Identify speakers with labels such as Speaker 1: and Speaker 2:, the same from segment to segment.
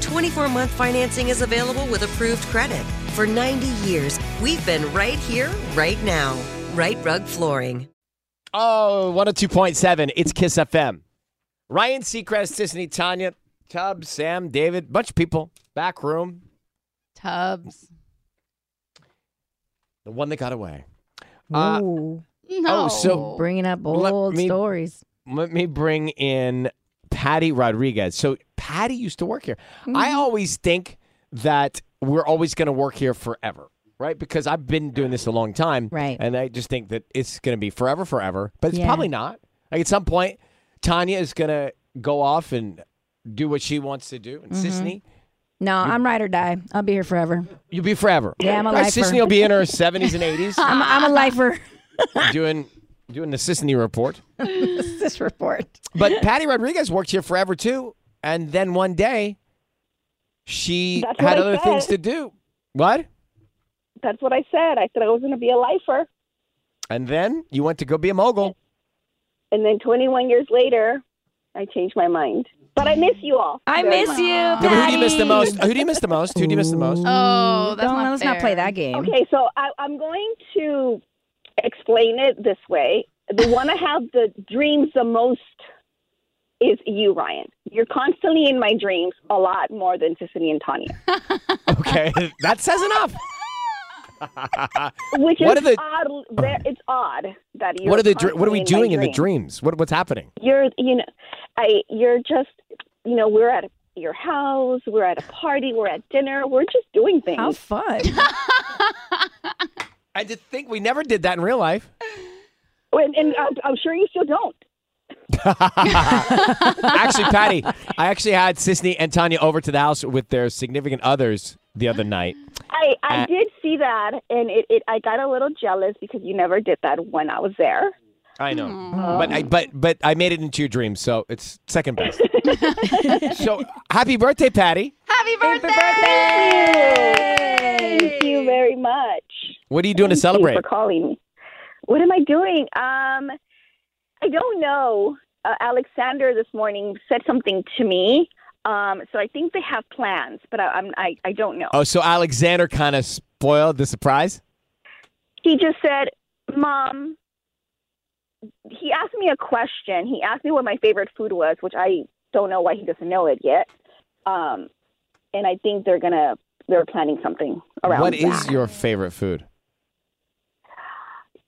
Speaker 1: 24 month financing is available with approved credit. For 90 years, we've been right here, right now. Right Rug Flooring.
Speaker 2: Oh, 102.7. It's Kiss FM. Ryan Seacrest, Disney, Tanya, Tubbs, Sam, David, bunch of people. Back room.
Speaker 3: Tubbs.
Speaker 2: The one that got away. Uh,
Speaker 3: Ooh.
Speaker 2: No. oh, so-
Speaker 3: bringing up
Speaker 2: let
Speaker 3: old
Speaker 2: me-
Speaker 3: stories.
Speaker 2: Let me bring in Patty Rodriguez. So Patty used to work here.
Speaker 3: Mm-hmm.
Speaker 2: I always think that we're always going to work here forever, right? Because I've been doing this a long time.
Speaker 3: Right.
Speaker 2: And I just think that it's going to be forever, forever. But it's
Speaker 3: Yeah.
Speaker 2: probably not. Like at some point, Tanya is going to go off and do what she wants to do. And
Speaker 3: Mm-hmm.
Speaker 2: Sisney,
Speaker 3: No, I'm ride or die. I'll be here forever.
Speaker 2: You'll be forever.
Speaker 3: Yeah, I'm a
Speaker 2: Right,
Speaker 3: lifer.
Speaker 2: Sisney will be in her 70s and 80s
Speaker 3: I'm, I'm a lifer.
Speaker 2: doing doing the Sisney report.
Speaker 3: this report.
Speaker 2: But Patty Rodriguez worked here forever too, and then one day she
Speaker 4: That's what
Speaker 2: had
Speaker 4: I
Speaker 2: other things
Speaker 4: said.
Speaker 2: to do. What?
Speaker 4: That's what I said. I said I was going to be a lifer.
Speaker 2: And then you went to go be a mogul.
Speaker 4: And then 21 years later, I changed my mind. But I miss you all.
Speaker 3: I
Speaker 4: very
Speaker 3: miss
Speaker 4: much.
Speaker 3: you,
Speaker 2: Yeah, but who do you miss the
Speaker 3: Patty.
Speaker 2: most? Who do you miss the most? Who do you miss the most?
Speaker 5: Oh, that's
Speaker 3: Don't,
Speaker 5: not
Speaker 3: let's not
Speaker 5: fair.
Speaker 3: play that game.
Speaker 4: Okay, so I, I'm going to explain it this way. The one I have the dreams the most is you, Ryan. You're constantly in my dreams a lot more than Sissany and Tanya,
Speaker 2: Okay, that says enough.
Speaker 4: which
Speaker 2: What
Speaker 4: is
Speaker 2: are the-
Speaker 4: odd. There, it's odd that you.
Speaker 2: what are the dr- what are we doing in the dreams? What what's happening?
Speaker 4: You're, you know, I. You're just, you know, we're at your house. We're at a party. We're at dinner. We're just doing things.
Speaker 3: How fun.
Speaker 2: I just think we never did that in real life.
Speaker 4: And, and I'm, I'm sure you still don't.
Speaker 2: Actually, Patty, I actually had Sisney and Tanya over to the house with their significant others the other night.
Speaker 4: I, I
Speaker 2: Uh,
Speaker 4: did see that, and it, it I got a little jealous because you never did that when I was there.
Speaker 2: I know, but I but but I made it into your dreams, so it's second best. so happy birthday, Patty!
Speaker 5: Happy birthday!
Speaker 4: Thank you very much.
Speaker 2: What are you doing to
Speaker 4: Thank you
Speaker 2: celebrate?
Speaker 4: for calling me. What am I doing? Um, I don't know. Uh, Alexander this morning said something to me, um, so I think they have plans, but I, I'm I, I don't know.
Speaker 2: Oh, so Alexander kind of spoiled the surprise.
Speaker 4: he just said, "Mom." He asked me a question. He asked me what my favorite food was, which I don't know why he doesn't know it yet. Um, and I think they're gonna they're planning something around.
Speaker 2: What is
Speaker 4: that.
Speaker 2: your favorite food?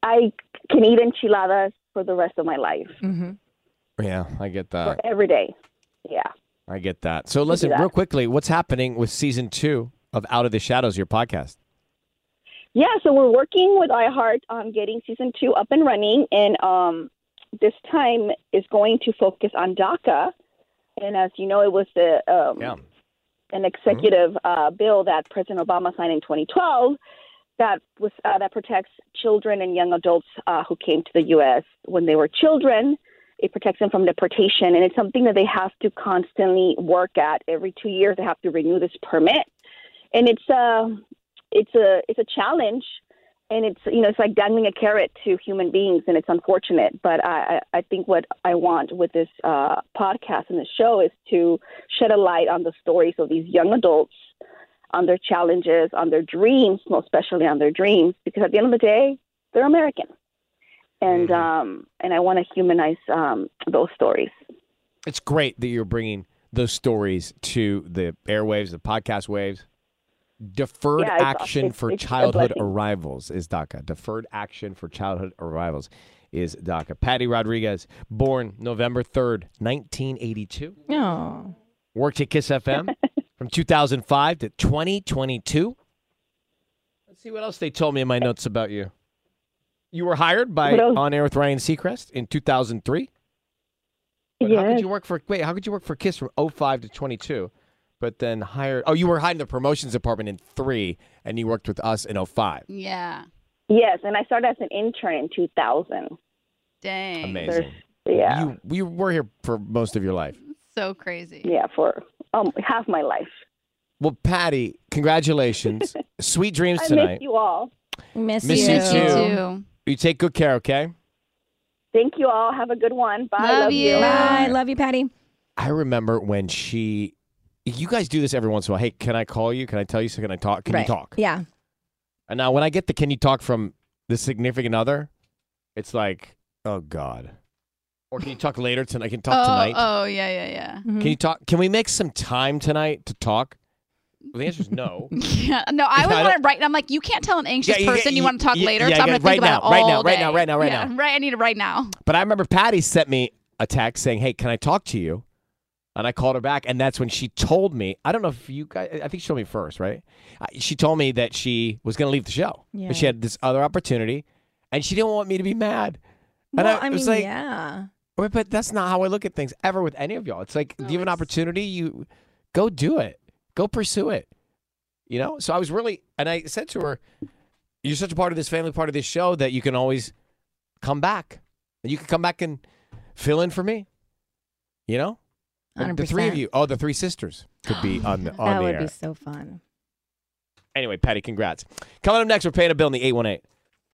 Speaker 4: I can eat enchiladas for the rest of my life,
Speaker 2: Yeah, I get that.
Speaker 4: every day. Yeah.
Speaker 2: I get that. So listen,
Speaker 4: that.
Speaker 2: real quickly, what's happening with season two of Out of the Shadows, your podcast?
Speaker 4: Yeah, so we're working with iHeart on getting season two up and running, and um, this time is going to focus on DACA. And as you know, it was the um,
Speaker 2: Yeah.
Speaker 4: an executive uh, bill that President Obama signed in 2012 that was uh, that protects children and young adults uh, who came to the U.S. when they were children. It protects them from deportation, and it's something that they have to constantly work at. Every two years, they uh, have to renew this permit, and it's a it's a it's a challenge. and it's you know it's like dangling a carrot to human beings, and it's unfortunate. But I I I think what I want with this uh, podcast and this show is to shed a light on the stories of these young adults, on their challenges, on their dreams, most especially on their dreams, because at the end of the day, they're American,
Speaker 2: Mm-hmm.
Speaker 4: and um and I want to humanize um those stories.
Speaker 2: It's great that you're bringing those stories to the airwaves, the podcast waves. Deferred
Speaker 4: Yeah, it's-
Speaker 2: action
Speaker 4: it's-
Speaker 2: for
Speaker 4: it's a
Speaker 2: childhood
Speaker 4: blessing.
Speaker 2: arrivals is DACA. Deferred action for childhood arrivals is DACA. Patty Rodriguez, born November 3rd, 1982,
Speaker 3: No.
Speaker 2: worked at Kiss FM from 2005 to 2022. Let's see what else they told me in my notes about you. You were hired by
Speaker 4: What else?
Speaker 2: On Air with Ryan Seacrest in 2003. But How could
Speaker 4: Yes.
Speaker 2: you work for wait? How could you work for Kiss from 05 to 22, but then hired? Oh, you were hired in the promotions department in three, and you worked with us in 05.
Speaker 5: Yeah.
Speaker 4: Yes, and I started as an intern in 2000.
Speaker 5: Dang.
Speaker 2: Amazing.
Speaker 4: Yeah.
Speaker 2: You you were here for most of your life.
Speaker 5: So crazy.
Speaker 4: Yeah, for um, half my life.
Speaker 2: Well, Patty, congratulations. Sweet dreams
Speaker 4: I miss
Speaker 2: tonight.
Speaker 4: you all.
Speaker 3: Miss,
Speaker 2: Miss you
Speaker 3: you.
Speaker 5: Me
Speaker 2: too.
Speaker 5: too.
Speaker 2: You take good care, okay?
Speaker 4: Thank you all. Have a good one. Bye.
Speaker 5: Love you.
Speaker 3: Bye. Love you, Patty.
Speaker 2: I remember when she. You guys do this every once in a while. Hey, can I call you? Can I tell you? So can I talk? Can
Speaker 3: right.
Speaker 2: you talk?
Speaker 3: Yeah.
Speaker 2: And now when I get the can you talk from the significant other, it's like, oh God. Or can you talk later tonight? I can talk
Speaker 5: oh,
Speaker 2: tonight.
Speaker 5: oh, yeah, yeah, yeah.
Speaker 3: Mhm.
Speaker 2: Can you talk? Can we make some time tonight to talk? Well, the answer is no.
Speaker 5: Yeah, no, I would
Speaker 2: I
Speaker 5: want to write. I'm like, you can't tell an anxious
Speaker 2: Yeah, you-
Speaker 5: person you,
Speaker 2: you-
Speaker 5: want to talk
Speaker 2: you-
Speaker 5: later,
Speaker 2: yeah,
Speaker 5: so I'm
Speaker 2: yeah,
Speaker 5: going to
Speaker 2: right
Speaker 5: think about
Speaker 2: now,
Speaker 5: it
Speaker 2: right
Speaker 5: all
Speaker 2: now, right
Speaker 5: day.
Speaker 2: now, right now, right
Speaker 5: yeah,
Speaker 2: now.
Speaker 5: Right, I need it right now.
Speaker 2: But I remember Patty sent me a text saying, "Hey, can I talk to you?" And I called her back, and that's when she told me. I don't know if you guys. I think she told me first, right? Uh, She told me that she was going to leave the show,
Speaker 3: Yeah.
Speaker 2: but she had this other opportunity, and she didn't want me to be mad. And
Speaker 3: Well,
Speaker 2: I,
Speaker 3: I,
Speaker 2: it
Speaker 3: mean,
Speaker 2: was like,
Speaker 3: yeah.
Speaker 2: Wait, but that's not how I look at things ever with any of y'all. It's like, do you have an opportunity? You go do it, go pursue it. You know? So I was really, and I said to her, you're such a part of this family, part of this show that you can always come back. And you can come back and fill in for me. You know? Like, The three of
Speaker 3: 100%.
Speaker 2: you. Oh, the three sisters could be on the on
Speaker 3: that
Speaker 2: the
Speaker 3: would
Speaker 2: air.
Speaker 3: be so fun.
Speaker 2: Anyway, Patty, congrats. Coming up next, we're paying a bill in the 818.